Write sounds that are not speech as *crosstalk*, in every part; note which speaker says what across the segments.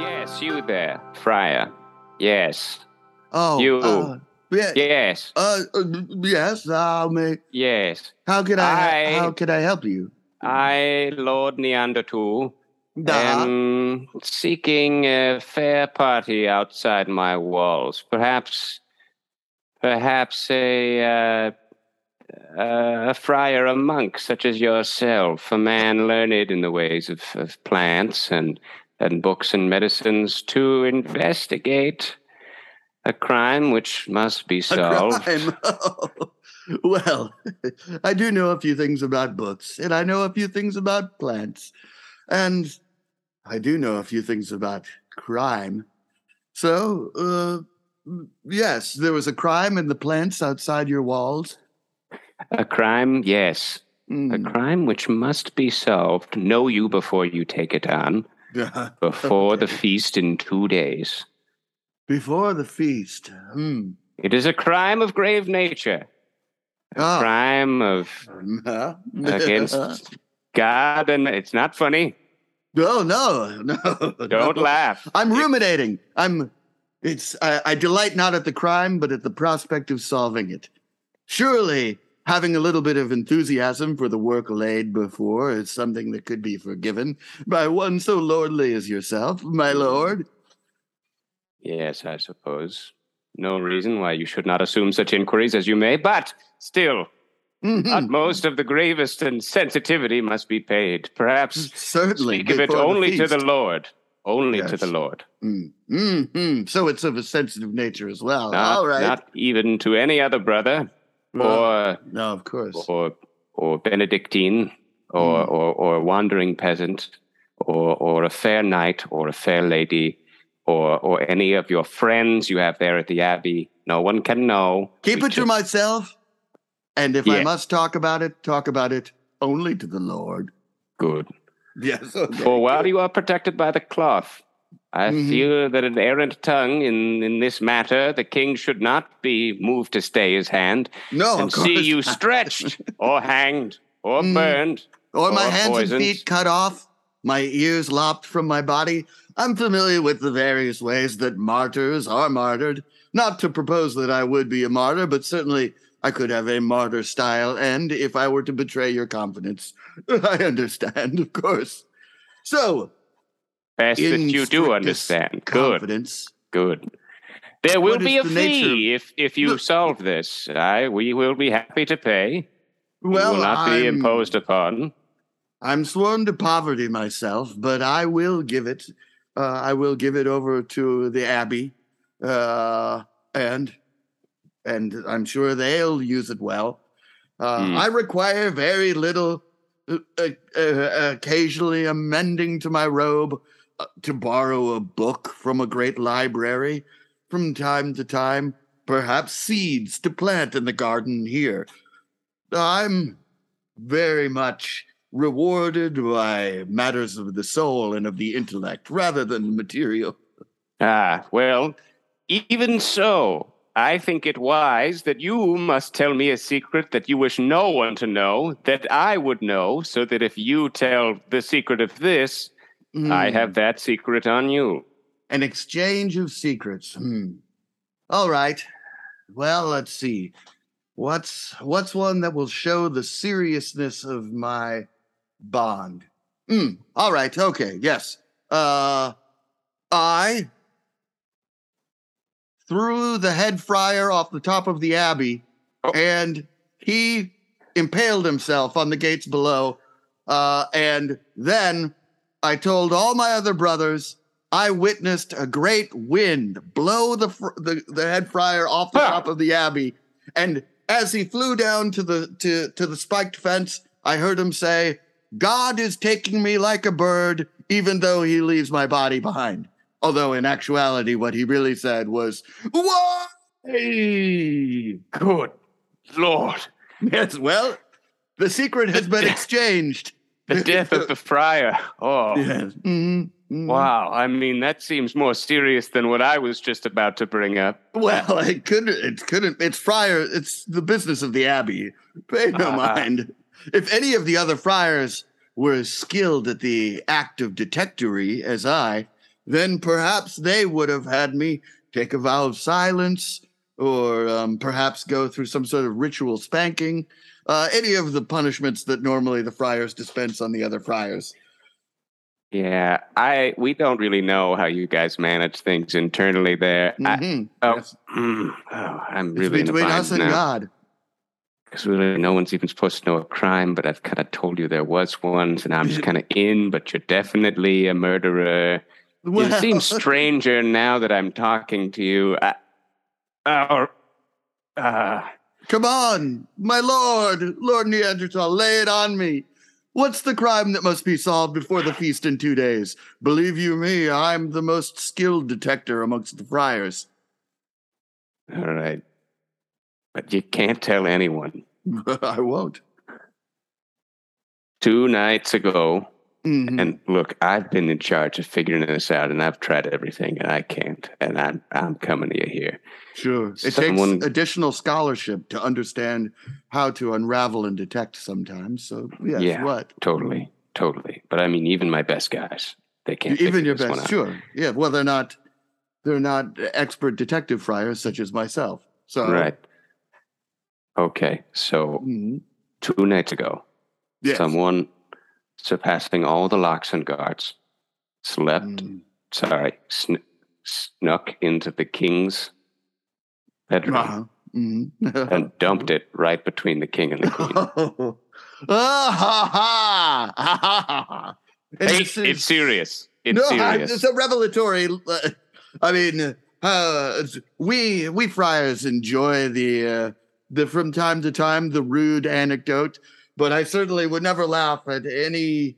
Speaker 1: Yes, you there, Friar. Yes,
Speaker 2: Oh,
Speaker 1: You.
Speaker 2: Uh, yeah,
Speaker 1: yes,
Speaker 2: uh, uh, yes. Uh, may,
Speaker 1: yes.
Speaker 2: how can I,
Speaker 1: I-
Speaker 2: How can I help you?
Speaker 1: I, Lord Neanderthal,
Speaker 2: *laughs* Uh-huh.
Speaker 1: am seeking a fair party outside my walls. Perhaps, perhaps a uh, a friar, a monk such as yourself, a man learned in the ways of, of plants and and books and medicines, to investigate a crime which must be
Speaker 2: a
Speaker 1: solved.
Speaker 2: crime. *laughs* well, *laughs* I do know a few things about books, and I know a few things about plants, and I do know a few things about crime. So, uh, yes, there was a crime in the plants outside your walls.
Speaker 1: A crime, yes, a
Speaker 2: Mm.
Speaker 1: crime which must be solved. Know you before you take it on. before the feast in two days.
Speaker 2: *laughs* Before the feast. Mm.
Speaker 1: It is a crime of grave nature,
Speaker 2: Oh.
Speaker 1: crime of
Speaker 2: *laughs* Ah,
Speaker 1: against God, and it's not funny.
Speaker 2: No, no, *laughs* no.
Speaker 1: Don't
Speaker 2: no.
Speaker 1: laugh.
Speaker 2: I'm ruminating. I'm. It's. I, I delight not at the crime, but at the prospect of solving it. Surely, having a little bit of enthusiasm for the work laid before is something that could be forgiven by one so lordly as yourself,
Speaker 1: Mm.
Speaker 2: my lord.
Speaker 1: Yes, I suppose. No reason why you should not assume such inquiries as you may, but still,
Speaker 2: Mhm.
Speaker 1: utmost of the gravest and sensitivity must be paid. Perhaps
Speaker 2: Hmm. Certainly,
Speaker 1: speak of it
Speaker 2: before
Speaker 1: only to the
Speaker 2: feast.
Speaker 1: Lord. Only to
Speaker 2: Yes.
Speaker 1: the Lord.
Speaker 2: Mm. Mhm. So it's of a sensitive nature as well.
Speaker 1: Not,
Speaker 2: All right.
Speaker 1: not even to any other brother
Speaker 2: Well,
Speaker 1: or
Speaker 2: no, of course.
Speaker 1: or or Benedictine or
Speaker 2: Mm.
Speaker 1: or, or wandering peasant or or a fair knight or a fair lady or or any of your friends you have there at the abbey. No one can know.
Speaker 2: Keep
Speaker 1: We
Speaker 2: it to
Speaker 1: just-
Speaker 2: myself. And if I
Speaker 1: Yeah.
Speaker 2: must talk about it, talk about it only to the Lord.
Speaker 1: good.
Speaker 2: Yes. okay.
Speaker 1: For while you are protected by the cloth, I
Speaker 2: Mhm.
Speaker 1: feel that an errant tongue in, in this matter, the king should not be moved to stay his hand
Speaker 2: No, Oh, of
Speaker 1: and
Speaker 2: course.
Speaker 1: see you stretched or hanged or
Speaker 2: Mm.
Speaker 1: burned.
Speaker 2: or my
Speaker 1: or
Speaker 2: hands
Speaker 1: poisoned.
Speaker 2: and feet cut off, my ears lopped from my body. I'm familiar with the various ways that martyrs are martyred. Not to propose that I would be a martyr, but certainly I could have a martyr style end if I were to betray your confidence. *laughs* I understand, of course. So,
Speaker 1: Best that
Speaker 2: In
Speaker 1: you do
Speaker 2: strictest
Speaker 1: understand. Good.
Speaker 2: confidence.
Speaker 1: Good. There will
Speaker 2: What
Speaker 1: be a
Speaker 2: is the nature
Speaker 1: fee if if you
Speaker 2: Look-
Speaker 1: solve this. I we will be happy to pay.
Speaker 2: Well,
Speaker 1: you will not be
Speaker 2: I'm-
Speaker 1: imposed upon.
Speaker 2: I'm sworn to poverty myself, but I will give it. Uh, I will give it over to the abbey, uh, and and I'm sure they'll use it well. Uh,
Speaker 1: Hmm.
Speaker 2: I require very little. Uh, uh, uh, occasionally amending to my robe, uh, to borrow a book from a great library, from time to time, perhaps seeds to plant in the garden here. I'm very much rewarded by matters of the soul and of the intellect rather than the material.
Speaker 1: Ah, well, even so, I think it wise that you must tell me a secret that you wish no one to know, that I would know, so that if you tell the secret of this, I
Speaker 2: Hmm.
Speaker 1: have that secret on you.
Speaker 2: an exchange of secrets. Hmm. All right. Well, let's see. What's what's one that will show the seriousness of my bond? Hmm. All right. Okay. Yes. Uh, I threw the head friar off the top of the abbey,
Speaker 1: Oh.
Speaker 2: and he impaled himself on the gates below. Uh, and then I told all my other brothers I witnessed a great wind blow the fr- the, the head friar off the
Speaker 1: Huh.
Speaker 2: top of the abbey, and as he flew down to the to to the spiked fence, I heard him say, "God is taking me like a bird, even though He leaves my body behind." Although in actuality, what he really said was, "Why?"
Speaker 1: Good Lord.
Speaker 2: *laughs* Yes, well, the secret has *laughs* been exchanged. *laughs*
Speaker 1: The death of the friar. Oh.
Speaker 2: Yes. Mhm, mhm.
Speaker 1: Wow, I mean that seems more serious than what I was just about to bring up.
Speaker 2: Well, *laughs* it couldn't. It couldn't. It's Friar. It's the business of the Abbey. Pay no
Speaker 1: Ah.
Speaker 2: mind. If any of the other friars were skilled at the act of detectory as I, then perhaps they would have had me take a vow of silence or um, perhaps go through some sort of ritual spanking, uh, any of the punishments that normally the friars dispense on the other friars.
Speaker 1: Yeah, I we don't really know how you guys manage things internally there. I,
Speaker 2: Mhm.
Speaker 1: oh,
Speaker 2: Yes.
Speaker 1: mm, oh, I'm
Speaker 2: It's
Speaker 1: really
Speaker 2: between
Speaker 1: in a
Speaker 2: us and God.
Speaker 1: because really no one's even supposed to know a crime. But I've kind of told you there was one, and
Speaker 2: *laughs*
Speaker 1: I'm just kind of in. But you're definitely a murderer.
Speaker 2: Well, *laughs*
Speaker 1: It seems stranger now that I'm talking to you. I, or, uh,
Speaker 2: Come on, my lord, Lord Neanderthal, lay it on me. What's the crime that must be solved before the feast in two days? Believe you me, I'm the most skilled detector amongst the friars. *laughs*
Speaker 1: all right, but you can't tell anyone.
Speaker 2: I won't.
Speaker 1: Two nights ago,
Speaker 2: Mhm.
Speaker 1: And look, I've been in charge of figuring this out, and I've tried everything, and I can't. And I'm I'm coming to you here.
Speaker 2: sure. It
Speaker 1: someone-
Speaker 2: takes additional scholarship to understand how to unravel and detect sometimes. So, yes,
Speaker 1: Yeah.
Speaker 2: what?
Speaker 1: Totally, totally. But I mean, even my best guys, they can't.
Speaker 2: Even
Speaker 1: figure
Speaker 2: your
Speaker 1: this one
Speaker 2: best.
Speaker 1: out.
Speaker 2: Sure. Yeah. Well, they're not they're not expert detective friars such as myself. So
Speaker 1: right? Okay, so
Speaker 2: mhm.
Speaker 1: two nights ago,
Speaker 2: Yes.
Speaker 1: someone surpassing all the locks and guards slept.
Speaker 2: Mhm.
Speaker 1: Sorry, sn- snuck into the king's bedroom
Speaker 2: Uh-huh.
Speaker 1: *laughs*
Speaker 2: Mhm.
Speaker 1: and dumped it right between the king
Speaker 2: *laughs*
Speaker 1: and the queen.
Speaker 2: Oh. *laughs* Ah, ha, ha. Ah, ha, ha, ha. And
Speaker 1: Hey,
Speaker 2: this is-
Speaker 1: it's serious. It's
Speaker 2: no, I-
Speaker 1: serious.
Speaker 2: it's a revelatory. uh, I mean, uh, it's- we we friars enjoy the uh, the from time to time the rude anecdote, but I certainly would never laugh at any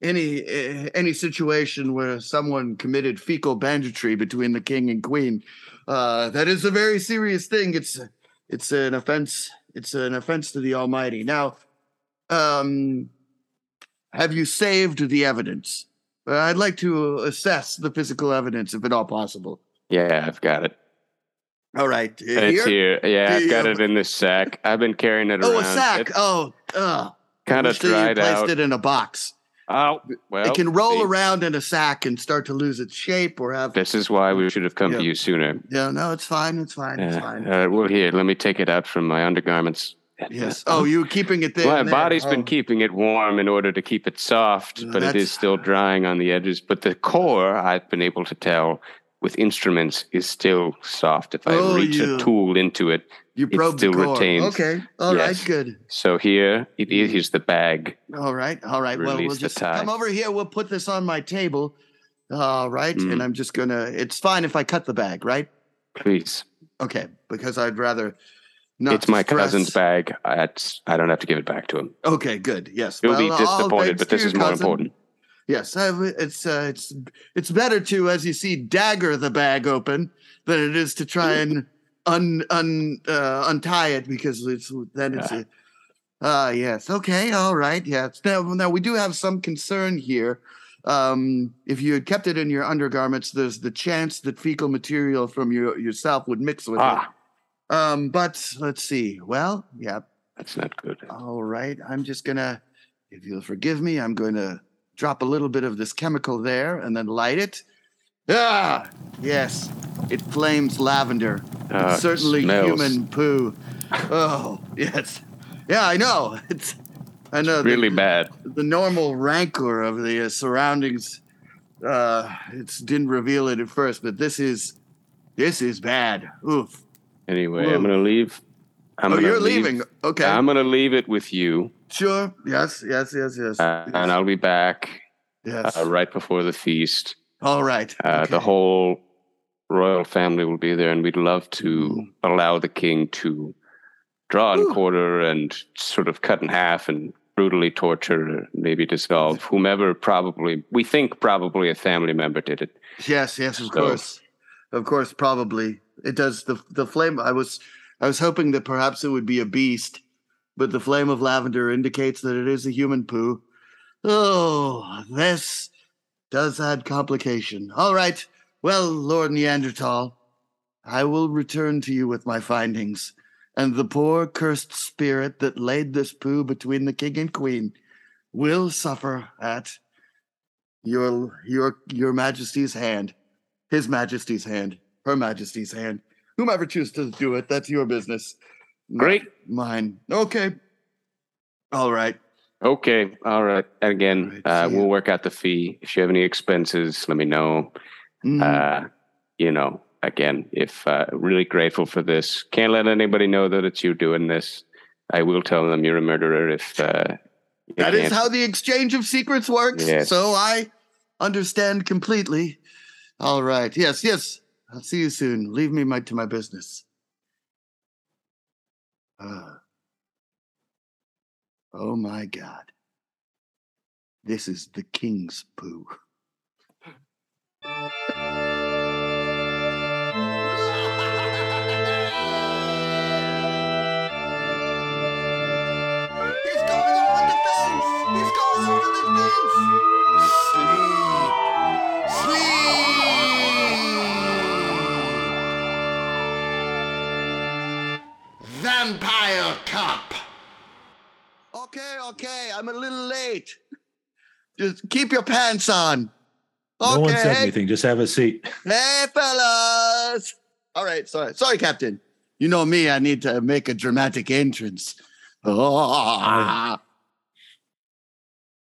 Speaker 2: any uh, any situation where someone committed fecal banditry between the king and queen. Uh, that is a very serious thing. It's it's an offense. It's an offense to the Almighty. Now, um, have you saved the evidence? Uh, I'd like to assess the physical evidence, if at all possible.
Speaker 1: Yeah, I've got it.
Speaker 2: All right, uh,
Speaker 1: It's here.
Speaker 2: here.
Speaker 1: Yeah, I've got
Speaker 2: Yeah.
Speaker 1: it in this sack. I've been carrying it around.
Speaker 2: Oh, a sack.
Speaker 1: It's
Speaker 2: oh, uh,
Speaker 1: kind of
Speaker 2: you
Speaker 1: dried
Speaker 2: placed
Speaker 1: out.
Speaker 2: it in a box.
Speaker 1: Oh, well.
Speaker 2: it can roll
Speaker 1: see,
Speaker 2: around in a sack and start to lose its shape or have.
Speaker 1: This is why we should have come to
Speaker 2: Yeah.
Speaker 1: you sooner.
Speaker 2: Yeah, no, it's fine. It's fine. It's
Speaker 1: Uh, *laughs*
Speaker 2: fine.
Speaker 1: uh, well, here, let me take it out from my undergarments.
Speaker 2: yes. Oh, you were keeping it there.
Speaker 1: My
Speaker 2: and there.
Speaker 1: body's
Speaker 2: Oh.
Speaker 1: been keeping it warm in order to keep it soft,
Speaker 2: Uh,
Speaker 1: but it
Speaker 2: that's-
Speaker 1: is still drying on the edges. But the core, I've been able to tell with instruments, is still soft. If I
Speaker 2: Oh,
Speaker 1: reach
Speaker 2: yeah.
Speaker 1: a tool into it,
Speaker 2: You
Speaker 1: It
Speaker 2: probed
Speaker 1: still
Speaker 2: the core.
Speaker 1: retains-
Speaker 2: Okay. All right.
Speaker 1: Yes.
Speaker 2: Good.
Speaker 1: so here it
Speaker 2: Mm.
Speaker 1: is is the bag.
Speaker 2: All right. All right. well, we'll
Speaker 1: Release the
Speaker 2: just
Speaker 1: tie.
Speaker 2: come over here. We'll put this on my table. All right.
Speaker 1: Mm.
Speaker 2: And I'm just going to, it's fine if I cut the bag, right?
Speaker 1: Please.
Speaker 2: Okay. Because I'd rather not.
Speaker 1: it's my
Speaker 2: distress-
Speaker 1: cousin's bag. I, it's- I don't have to give it back to him.
Speaker 2: Okay. Good. Yes.
Speaker 1: He'll
Speaker 2: Well,
Speaker 1: be
Speaker 2: all
Speaker 1: disappointed,
Speaker 2: thanks
Speaker 1: but
Speaker 2: to
Speaker 1: this
Speaker 2: your
Speaker 1: is more
Speaker 2: cousin.
Speaker 1: important.
Speaker 2: Yes. I, it's, uh, it's, it's better to, as you see, dagger the bag open than it is to try and un, un, uh, untie it because it's, then it's, a, Ah, yes. Okay. All right. Yes. Now, now we do have some concern here. Um, if you had kept it in your undergarments, there's the chance that fecal material from your yourself would mix with
Speaker 1: Ah,
Speaker 2: it. Um, but let's see. Well, yeah.
Speaker 1: that's not good.
Speaker 2: All right. I'm just gonna, if you'll forgive me, I'm going to drop a little bit of this chemical there and then light it. Ah, yes. It flames lavender.
Speaker 1: Ah, it
Speaker 2: Certainly
Speaker 1: smells.
Speaker 2: human poo. Oh, *laughs* yes. Yeah, I know. *laughs* It's I know the-
Speaker 1: Really bad.
Speaker 2: the normal rancor of the uh, surroundings uh it's didn't reveal it at first, but this is this is bad. Oof.
Speaker 1: Anyway,
Speaker 2: Whoa.
Speaker 1: I'm going to leave. I'm
Speaker 2: oh,
Speaker 1: gonna
Speaker 2: you're
Speaker 1: leave-
Speaker 2: leaving. Okay.
Speaker 1: I'm going to leave it with you,
Speaker 2: sure. Yes, yes, yes, yes.
Speaker 1: uh, and I'll be back
Speaker 2: yes.
Speaker 1: uh, right before the feast.
Speaker 2: All right.
Speaker 1: Uh, The
Speaker 2: okay.
Speaker 1: whole royal family will be there, and we'd love to allow the king to draw and
Speaker 2: Whew.
Speaker 1: quarter and sort of cut in half and brutally torture, maybe dissolve whomever probably, we think probably a family member did it.
Speaker 2: Yes, yes, of
Speaker 1: So-
Speaker 2: course. Of course, probably. It does the the flame I was I was hoping that perhaps it would be a beast, but the flame of lavender indicates that it is a human poo. Oh, this does add complication. All right. Well, Lord Neanderthal, I will return to you with my findings. and the poor cursed spirit that laid this poo between the king and queen will suffer at your your your majesty's hand his majesty's hand her majesty's hand whomever chooses to do it that's your business not
Speaker 1: Great.
Speaker 2: mine okay all right
Speaker 1: Okay. All right. And Again,
Speaker 2: All right,
Speaker 1: uh,
Speaker 2: see ya.
Speaker 1: we'll work out the fee. If you have any expenses, let me know.
Speaker 2: Mhm.
Speaker 1: Uh, you know, again, if uh, really grateful for this. Can't let anybody know that it's you doing this. I will tell them you're a murderer if uh, you
Speaker 2: That is
Speaker 1: can't-
Speaker 2: how the exchange of secrets works.
Speaker 1: Yes.
Speaker 2: So I understand completely. All right. Yes, yes. I'll see you soon. Leave me my, to my business. Ah. oh my God. This is the king's poo.
Speaker 3: He's going over the fence! He's going over the fence! Sleep! Sleep! Vampire Cop!
Speaker 2: Okay, okay. I'm a little late. Just keep your pants on. Okay.
Speaker 4: No one said anything. Just have a seat.
Speaker 2: Hey, fellas. All right. Sorry. Sorry, Captain. You know me. I need to make a dramatic entrance. Oh,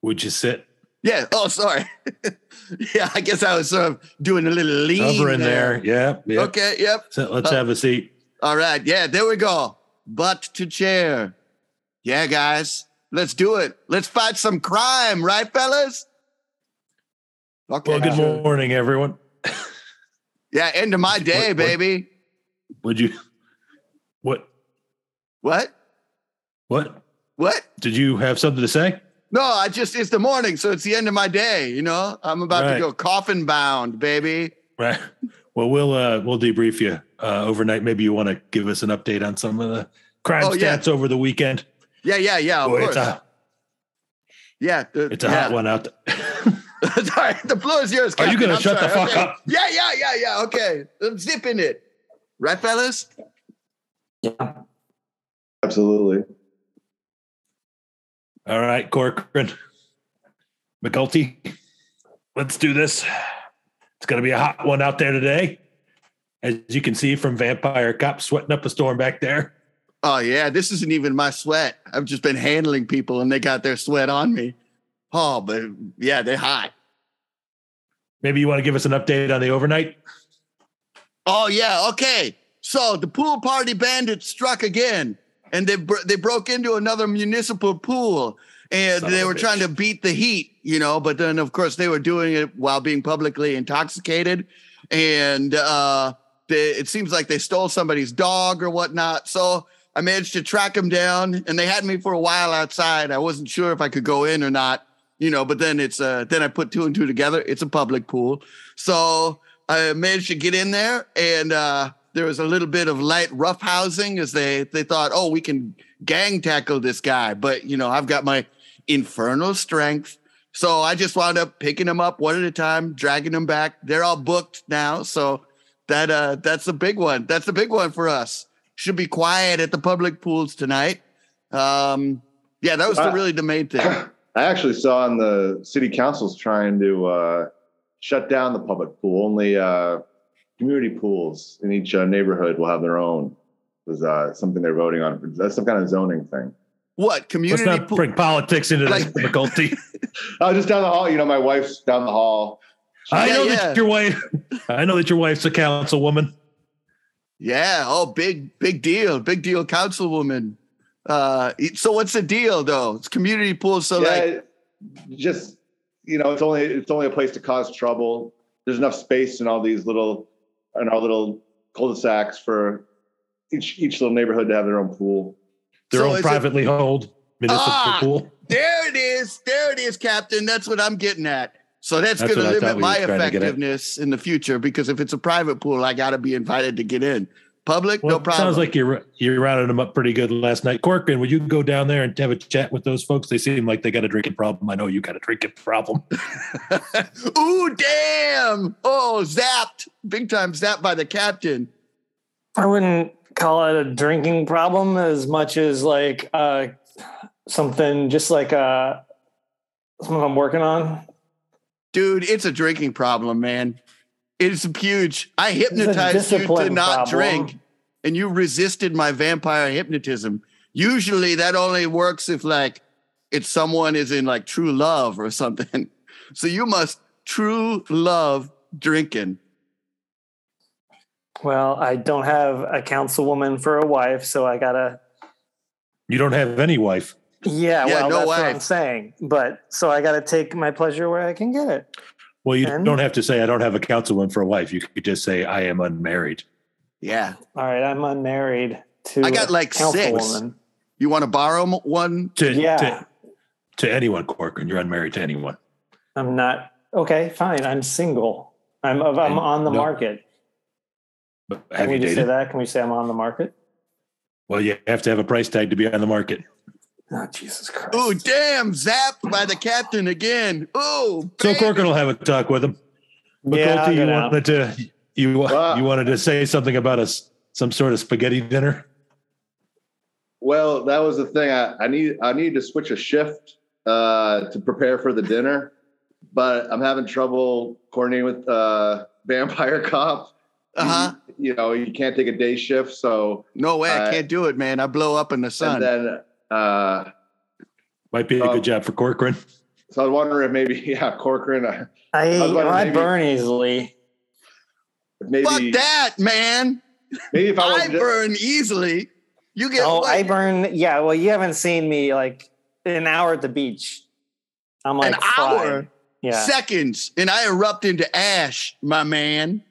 Speaker 4: Would you sit?
Speaker 2: yeah. Oh, sorry. *laughs* yeah, I guess I was sort of doing a little lean.
Speaker 4: Over in there. Yeah. yeah.
Speaker 2: Okay. Yep.
Speaker 4: So let's
Speaker 2: Uh,
Speaker 4: have a seat.
Speaker 2: All right. Yeah. There we go. Butt to chair. Yeah, guys. Let's do it. Let's fight some crime, right, fellas? Okay.
Speaker 4: Well, good
Speaker 2: sure.
Speaker 4: morning, everyone.
Speaker 2: Yeah. End of my day,
Speaker 4: What- what-
Speaker 2: baby.
Speaker 4: Would you? What?
Speaker 2: What?
Speaker 4: What?
Speaker 2: What?
Speaker 4: Did you have something to say?
Speaker 2: No, I just it's the morning, so it's the end of my day. You know, I'm about
Speaker 4: Right.
Speaker 2: to go coffin bound, baby.
Speaker 4: Right. *laughs* Well, we'll uh, we'll debrief you uh, overnight. Maybe you want to give us an update on some of the crime
Speaker 2: Oh,
Speaker 4: stats
Speaker 2: yeah.
Speaker 4: over the weekend.
Speaker 2: Yeah, yeah, yeah. Of
Speaker 4: Boy,
Speaker 2: course.
Speaker 4: it's a
Speaker 2: yeah, the-
Speaker 4: it's a
Speaker 2: yeah.
Speaker 4: hot one out.
Speaker 2: *laughs*
Speaker 4: There.
Speaker 2: sorry, the floor is yours.
Speaker 4: Are you
Speaker 2: Captain.
Speaker 4: gonna
Speaker 2: I'm
Speaker 4: shut the
Speaker 2: sorry.
Speaker 4: fuck
Speaker 2: Okay.
Speaker 4: up?
Speaker 2: Yeah, yeah, yeah, yeah. Okay, I'm zipping it. Right, fellas?
Speaker 5: Absolutely.
Speaker 4: All right, Corcoran, McGulty, let's do this. It's going to be a hot one out there today. As you can see from Vampire Cop sweating up a storm back there.
Speaker 2: Oh yeah, this isn't even my sweat. I've just been handling people, and they got their sweat on me. Oh, but yeah, they're hot.
Speaker 4: Maybe you want to give us an update on the overnight?
Speaker 2: Oh yeah, okay. So the pool party bandits struck again, and they br- they broke into another municipal pool, and
Speaker 4: Son of
Speaker 2: they
Speaker 4: a
Speaker 2: were
Speaker 4: bitch.
Speaker 2: trying to beat the heat, you know. But then of course they were doing it while being publicly intoxicated, and uh, they, it seems like they stole somebody's dog or whatnot. So I managed to track them down, and they had me for a while outside. I wasn't sure if I could go in or not, you know. But then it's uh, then I put two and two together. It's a public pool, so I managed to get in there, and uh, there was a little bit of light roughhousing as they they thought, oh, we can gang tackle this guy, but you know, I've got my infernal strength, so I just wound up picking them up one at a time, dragging them back. They're all booked now, so that uh, that's the big one. That's the big one for us. Should be quiet at the public pools tonight. Um, yeah, that was the,
Speaker 5: Wow.
Speaker 2: really the main thing.
Speaker 5: I actually saw in the city councils trying to uh, shut down the public pool. Only uh, community pools in each uh, neighborhood will have their own. Was uh, something they're voting on. That's some kind of zoning thing.
Speaker 2: What community?
Speaker 4: Let's not
Speaker 2: pool-
Speaker 4: bring politics into this,
Speaker 2: Like-
Speaker 4: *laughs*
Speaker 2: *laughs*
Speaker 4: McGulty.
Speaker 5: Oh, just down the hall. You know, my wife's down the hall.
Speaker 4: I
Speaker 2: Yeah,
Speaker 4: know
Speaker 2: yeah.
Speaker 4: that your wife. I know that your wife's a councilwoman.
Speaker 2: Yeah. Oh, big, big deal. Big deal, councilwoman. Uh, so what's the deal though? It's community pool. So
Speaker 5: yeah,
Speaker 2: like,
Speaker 5: it- just you know, it's only it's only a place to cause trouble. There's enough space in all these little in our little cul-de-sacs for each each little neighborhood to have their own pool.
Speaker 4: Their
Speaker 2: So is
Speaker 4: own
Speaker 2: it-
Speaker 4: privately held municipal
Speaker 2: Ah!
Speaker 4: pool.
Speaker 2: there it is. There it is, Captain. That's what I'm getting at. So that's, going
Speaker 4: That's
Speaker 2: to
Speaker 4: what I thought
Speaker 2: limit
Speaker 4: we
Speaker 2: my
Speaker 4: was trying to get at.
Speaker 2: effectiveness in the future because if it's a private pool, I got to be invited to get in. Public,
Speaker 4: Well,
Speaker 2: no
Speaker 4: it
Speaker 2: problem.
Speaker 4: sounds like you you rounded them up pretty good last night. Corcoran, would you go down there and have a chat with those folks? They seem like they got a drinking problem. I know you got a drinking problem.
Speaker 2: Ooh, damn! Oh, zapped, big time zapped by the captain.
Speaker 6: I wouldn't call it a drinking problem as much as like uh, something just like uh, something I'm working on.
Speaker 2: Dude, it's a drinking problem, man. It's huge. I
Speaker 6: a
Speaker 2: hypnotized you to
Speaker 6: discipline
Speaker 2: not
Speaker 6: problem.
Speaker 2: drink, and you resisted my vampire hypnotism. Usually that only works if like it's someone is in like true love or something. *laughs* So you must true love drinking.
Speaker 6: Well, I don't have a councilwoman for a wife, so I gotta.
Speaker 4: You don't have any wife.
Speaker 2: Yeah,
Speaker 6: Yeah, well,
Speaker 2: no
Speaker 6: that's what
Speaker 2: wife.
Speaker 6: I'm saying. But so I gotta take my pleasure where I can get it.
Speaker 4: Well, you
Speaker 6: And-
Speaker 4: don't have to say I don't have a councilman for a wife. You could just say I am unmarried.
Speaker 2: Yeah.
Speaker 6: All right, I'm unmarried to.
Speaker 2: I got
Speaker 6: a
Speaker 2: like six.
Speaker 6: councilwoman.
Speaker 2: You want to borrow m- one?
Speaker 4: To,
Speaker 6: Yeah.
Speaker 4: to, to anyone, Corcoran. You're unmarried to anyone.
Speaker 6: I'm not okay. Fine, I'm single. I'm I'm
Speaker 4: And
Speaker 6: on the
Speaker 4: no-
Speaker 6: market.
Speaker 4: But
Speaker 6: Can
Speaker 4: have
Speaker 6: we
Speaker 4: you
Speaker 6: just say
Speaker 4: dated?
Speaker 6: that? Can we say I'm on the market?
Speaker 4: Well, you have to have a price tag to be on the market.
Speaker 6: Oh, Jesus Christ!
Speaker 2: Ooh, damn, zapped by the captain again. Ooh.
Speaker 4: So
Speaker 2: baby.
Speaker 4: Corcoran will have a talk with him.
Speaker 6: Yeah, I'll
Speaker 4: McCulty,
Speaker 6: go
Speaker 4: you
Speaker 6: down.
Speaker 4: wanted to you
Speaker 5: Well-
Speaker 4: you wanted to say something about us some sort of spaghetti dinner.
Speaker 5: Well, that was the thing. I, I need I need to switch a shift uh, to prepare for the dinner, but I'm having trouble coordinating with uh, *laughs* Vampire Cop.
Speaker 2: Uh-huh.
Speaker 5: You, you know, you can't take a day shift, so
Speaker 2: No way, I
Speaker 5: Uh,
Speaker 2: can't do it, man. I blow up in the sun.
Speaker 5: and then uh,
Speaker 4: Might be a
Speaker 5: Oh.
Speaker 4: good job for Corcoran.
Speaker 5: so I was wondering if maybe *laughs* yeah, Corcoran, uh,
Speaker 6: I,
Speaker 5: I was about to
Speaker 6: I
Speaker 5: maybe-
Speaker 6: burn easily.
Speaker 5: if maybe
Speaker 2: Fuck that, man.
Speaker 5: maybe if I was
Speaker 2: I burn easily. You get
Speaker 6: Oh,
Speaker 2: what?
Speaker 6: I burn. Yeah, well, you haven't seen me like an hour at the beach. I'm like
Speaker 2: An
Speaker 6: fried.
Speaker 2: hour?
Speaker 6: Yeah.
Speaker 2: seconds, and I erupt into ash, my man.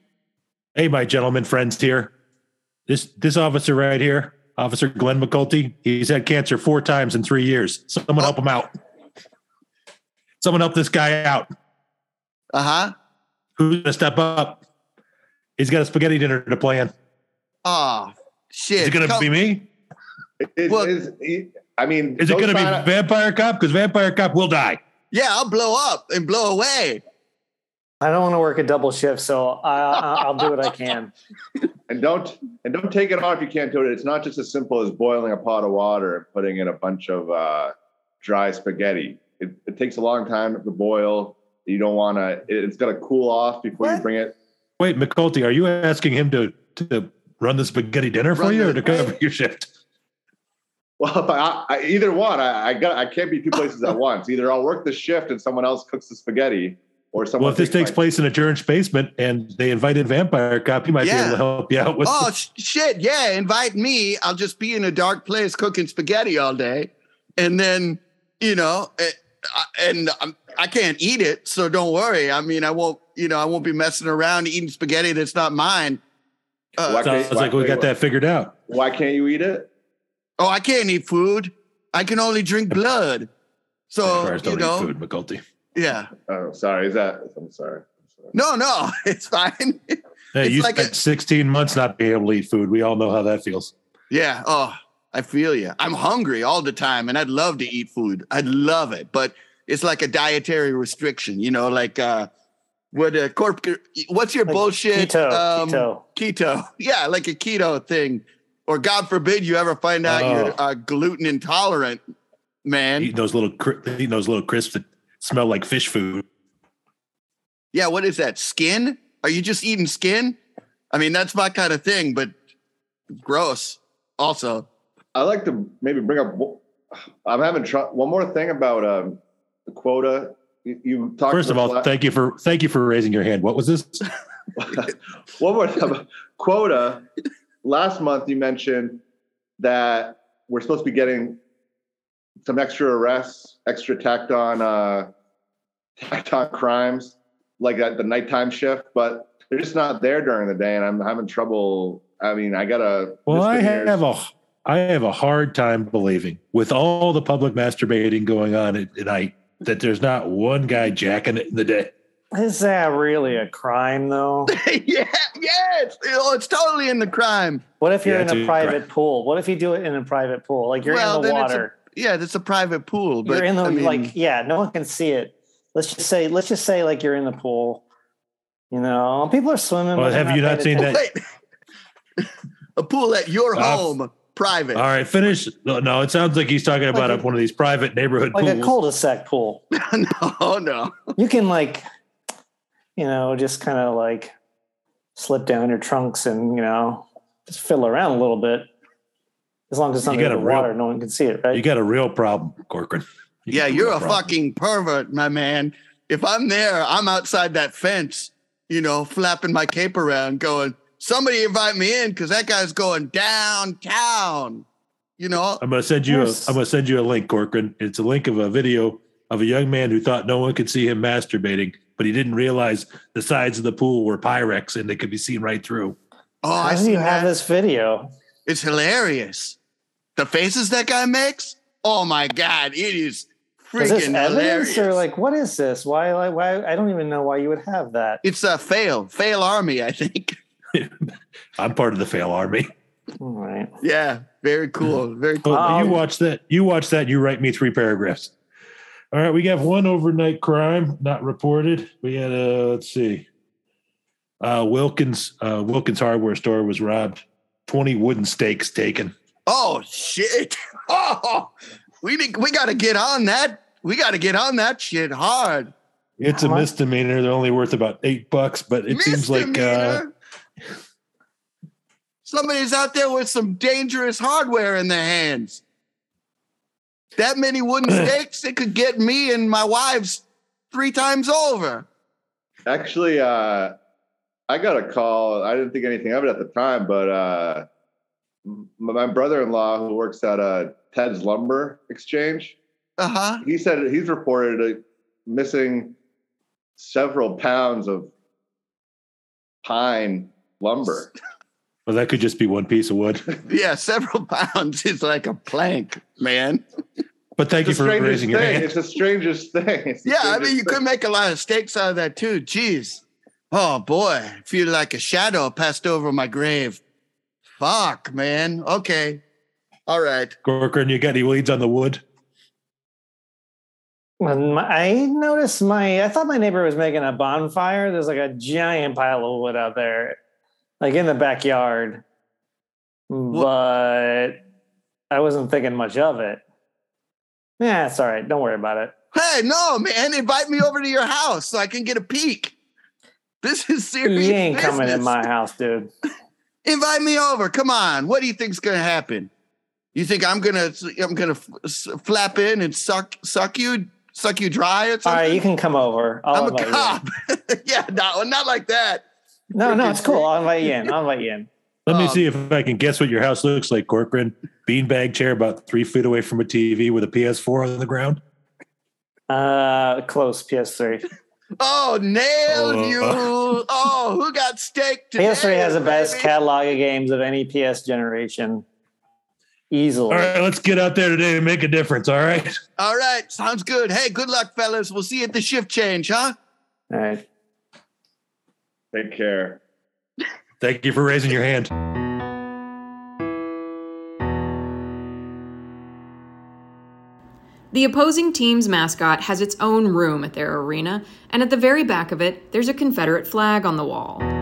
Speaker 4: Hey, my gentleman friends here. This this officer right here, Officer Glenn McCulty, he's had cancer four times in three years. Someone help him out. Someone help this guy out.
Speaker 2: Uh huh.
Speaker 4: Who's gonna step up? He's got a spaghetti dinner to plan.
Speaker 2: Oh shit.
Speaker 4: Is it gonna
Speaker 2: Come-
Speaker 4: be me?
Speaker 5: Is,
Speaker 2: Well-
Speaker 5: is, he- I mean,
Speaker 4: Is it
Speaker 5: those
Speaker 4: gonna be
Speaker 5: kind of-
Speaker 4: Vampire Cop? Because Vampire Cop will die.
Speaker 2: Yeah, I'll blow up and blow away.
Speaker 6: I don't want to work a double shift, so I, I, I'll do what
Speaker 2: *laughs*
Speaker 6: I can.
Speaker 5: and don't and don't take it on if you can't do it. It's not just as simple as boiling a pot of water and putting in a bunch of uh, dry spaghetti. It, it takes a long time to boil. You don't want to. It's got to cool off before you
Speaker 2: What?
Speaker 5: bring it.
Speaker 4: Wait, McCulty, are you asking him to to run the spaghetti dinner for
Speaker 2: Run
Speaker 4: you
Speaker 2: the-
Speaker 4: or to cover your shift?
Speaker 5: Well, *laughs* I, I, either one. I, I got. I can't be two places at once. Either I'll work the shift and someone else cooks the spaghetti, or someone.
Speaker 4: Well, if this takes
Speaker 5: my-
Speaker 4: place in a Jern's basement and they invited Vampire Cop, he might be
Speaker 2: Yeah.
Speaker 4: able to help you out with.
Speaker 2: Oh sh- shit. Yeah, invite me. I'll just be in a dark place cooking spaghetti all day, and then you know, eh, I- and I'm, I can't eat it, so don't worry. I mean, I won't. You know, I won't be messing around eating spaghetti that's not mine. Uh,
Speaker 5: Why
Speaker 4: Sounds
Speaker 5: can't-
Speaker 4: like we
Speaker 5: why-
Speaker 4: got that figured out.
Speaker 5: Why can't you eat it?
Speaker 2: Oh, I can't eat food. I can only drink blood. So
Speaker 4: Vampires
Speaker 2: you
Speaker 4: don't
Speaker 2: know,
Speaker 4: eat food, McCulty.
Speaker 2: yeah.
Speaker 5: Oh, sorry. Is that? I'm sorry. I'm sorry.
Speaker 2: No, no, *laughs* it's fine.
Speaker 4: Hey,
Speaker 2: It's
Speaker 4: you
Speaker 2: like
Speaker 4: spent
Speaker 2: a-
Speaker 4: 16 months not being able to eat food. We all know how that feels.
Speaker 2: yeah. Oh, I feel you. I'm hungry all the time, and I'd love to eat food. I'd love it, but it's like a dietary restriction. You know, like uh, what uh, corp? What's your
Speaker 6: Like
Speaker 2: bullshit?
Speaker 6: Keto,
Speaker 2: um,
Speaker 6: keto.
Speaker 2: keto. *laughs* Yeah, like a keto thing. Or God forbid you ever find out
Speaker 4: Oh.
Speaker 2: you're uh, gluten intolerant, man.
Speaker 4: Eating those little cri- eating those little crisps that smell like fish food.
Speaker 2: Yeah, what is that? Skin? Are you just eating skin? I mean, that's my kind of thing, but gross. Also, *laughs*
Speaker 5: I like to maybe bring up. I'm having tr- one more thing about um, the quota. You, you talked
Speaker 4: First of
Speaker 5: about
Speaker 4: all, thank you for thank you for raising your hand. What was *laughs* this?
Speaker 5: *laughs* one more thing about quota. Last month, you mentioned that we're supposed to be getting some extra arrests, extra tacked on, uh, tacked on crimes, like at the nighttime shift, but they're just not there during the day, and I'm having trouble. I mean, I gotta.
Speaker 4: Well, I
Speaker 5: misdemeanors.
Speaker 4: have a I have a hard time believing with all the public masturbating going on at, at night that there's not one guy jacking it in the day.
Speaker 6: Is that really a crime, though?
Speaker 2: yeah, yeah, it's, oh, it's totally in the crime.
Speaker 6: What if you're
Speaker 4: Yeah,
Speaker 6: in
Speaker 4: it's
Speaker 6: a
Speaker 4: a
Speaker 6: private
Speaker 4: crime.
Speaker 6: pool? What if you do it in a private pool? Like you're
Speaker 2: Well,
Speaker 6: in the
Speaker 2: then it's a-
Speaker 6: water.
Speaker 2: Yeah, that's a private pool, but
Speaker 6: you're in the
Speaker 2: I mean, *laughs*
Speaker 6: like yeah no one can see it let's just say let's just say like you're in the pool you know people are swimming
Speaker 4: Well,
Speaker 6: but they're
Speaker 4: have you
Speaker 6: paying
Speaker 4: not seen
Speaker 6: attention.
Speaker 4: that?
Speaker 2: wait. a pool at your
Speaker 4: Uh,
Speaker 2: home, private.
Speaker 4: All right, finish. No, no, it sounds like he's talking about
Speaker 6: Like a-
Speaker 4: one of these private neighborhood
Speaker 6: like a
Speaker 4: pools.
Speaker 6: cul-de-sac pool.
Speaker 2: *laughs* no, no.
Speaker 6: You can like, you know, just kind of like slip down your trunks and you know just fiddle around a little bit. As long as it's not
Speaker 4: You got
Speaker 6: under
Speaker 4: a real-
Speaker 6: water, no one can see it, right?
Speaker 4: you got a real problem, Corcoran. You
Speaker 2: Yeah,
Speaker 4: got
Speaker 2: you're
Speaker 4: real
Speaker 2: a
Speaker 4: problem.
Speaker 2: fucking pervert, my man. If I'm there, I'm outside that fence, you know, flapping my cape around, going, somebody invite me in because that guy's going downtown. You know,
Speaker 4: I'm gonna send you. A, I'm
Speaker 6: Yes.
Speaker 4: gonna send you a link, Corcoran. It's a link of a video of a young man who thought no one could see him masturbating, but he didn't realize the sides of the pool were Pyrex and they could be seen right through.
Speaker 2: oh,
Speaker 6: How
Speaker 2: I
Speaker 6: do
Speaker 2: see
Speaker 6: you have
Speaker 2: that.
Speaker 6: this video?
Speaker 2: It's hilarious. The faces that guy makes, oh my God, it is freaking
Speaker 6: Is this evidence
Speaker 2: hilarious.
Speaker 6: or like what is this? Why? Like, why? I don't even know why you would have that.
Speaker 2: it's a fail, fail army, I think. *laughs*
Speaker 4: I'm part of the fail army.
Speaker 6: All right.
Speaker 2: Yeah, very cool. Very cool.
Speaker 4: Well,
Speaker 6: Wow.
Speaker 4: you watch that. You watch that. You write me three paragraphs. All right, we got one overnight crime not reported. We had a let's see. Uh, Wilkins uh, Wilkins hardware store was robbed. Twenty wooden stakes taken.
Speaker 2: Oh shit! *laughs* Oh, we need, we got to get on that. We got to get on that shit hard.
Speaker 4: It's
Speaker 6: How
Speaker 4: a
Speaker 6: much?
Speaker 4: misdemeanor. They're only worth about eight bucks, but it seems like uh,
Speaker 2: Misdemeanor. somebody's out there with some dangerous hardware in their hands. That many
Speaker 4: *clears throat*
Speaker 2: wooden stakes, it could get me and my wives three times over.
Speaker 5: Actually, uh, I got a call. I didn't think anything of it at the time, but uh, m- my brother-in-law, who works at uh, Ted's Lumber Exchange,
Speaker 2: Uh huh.
Speaker 5: he said he's reported uh, missing several pounds of pine lumber.
Speaker 4: well, that could just be one piece of wood.
Speaker 2: Yeah, several *laughs* pounds is like a plank, man.
Speaker 4: *laughs* But thank you
Speaker 5: It's the
Speaker 4: for
Speaker 5: strangest
Speaker 4: raising your
Speaker 5: thing.
Speaker 4: hand.
Speaker 5: It's the strangest thing. It's the
Speaker 2: Yeah, I
Speaker 5: strangest
Speaker 2: mean, you
Speaker 5: thing.
Speaker 2: could make a lot of stakes out of that too. Jeez. Oh boy, I feel like a shadow passed over my grave. Fuck, man. Okay. All right.
Speaker 4: Corcoran, you got any leads on the wood?
Speaker 6: When my, I noticed my, I thought my neighbor was making a bonfire. There's like a giant pile of wood out there, like in the backyard. But I wasn't thinking much of it. Yeah, it's all right. Don't worry about it.
Speaker 2: Hey, no, man, invite me over to your house so I can get a peek. This is
Speaker 6: You
Speaker 2: serious.
Speaker 6: ain't coming in
Speaker 2: business.
Speaker 6: my house, dude.
Speaker 2: Invite me over. Come on. What do you think's gonna happen? You think I'm gonna I'm gonna f- s- flap in and suck suck you suck you dry or
Speaker 6: All right,
Speaker 2: something?
Speaker 6: you can come over.
Speaker 2: I'm
Speaker 6: I'll
Speaker 2: a
Speaker 6: invite you in.
Speaker 2: cop. *laughs* yeah, no, not like that.
Speaker 6: No, no, it's cool. I'll invite you in. I'll invite you in.
Speaker 4: Let me
Speaker 2: Um,
Speaker 4: see if I can guess what your house looks like, Corcoran. Beanbag chair about three feet away from a TV with a PS4 on the ground.
Speaker 6: Uh, close PS3.
Speaker 2: Oh, nailed
Speaker 4: Oh.
Speaker 2: you. Oh, who got staked today?
Speaker 6: PS3 has the best
Speaker 2: baby?
Speaker 6: catalog of games of any PS generation, easily.
Speaker 4: All right, let's get out there today and make a difference. All right.
Speaker 2: All right, sounds good. Hey, good luck, fellas. We'll see you at the shift change, huh?
Speaker 6: All right.
Speaker 5: Take care.
Speaker 4: Thank you for raising your hand.
Speaker 7: The opposing team's mascot has its own room at their arena, and at the very back of it, there's a Confederate flag on the wall.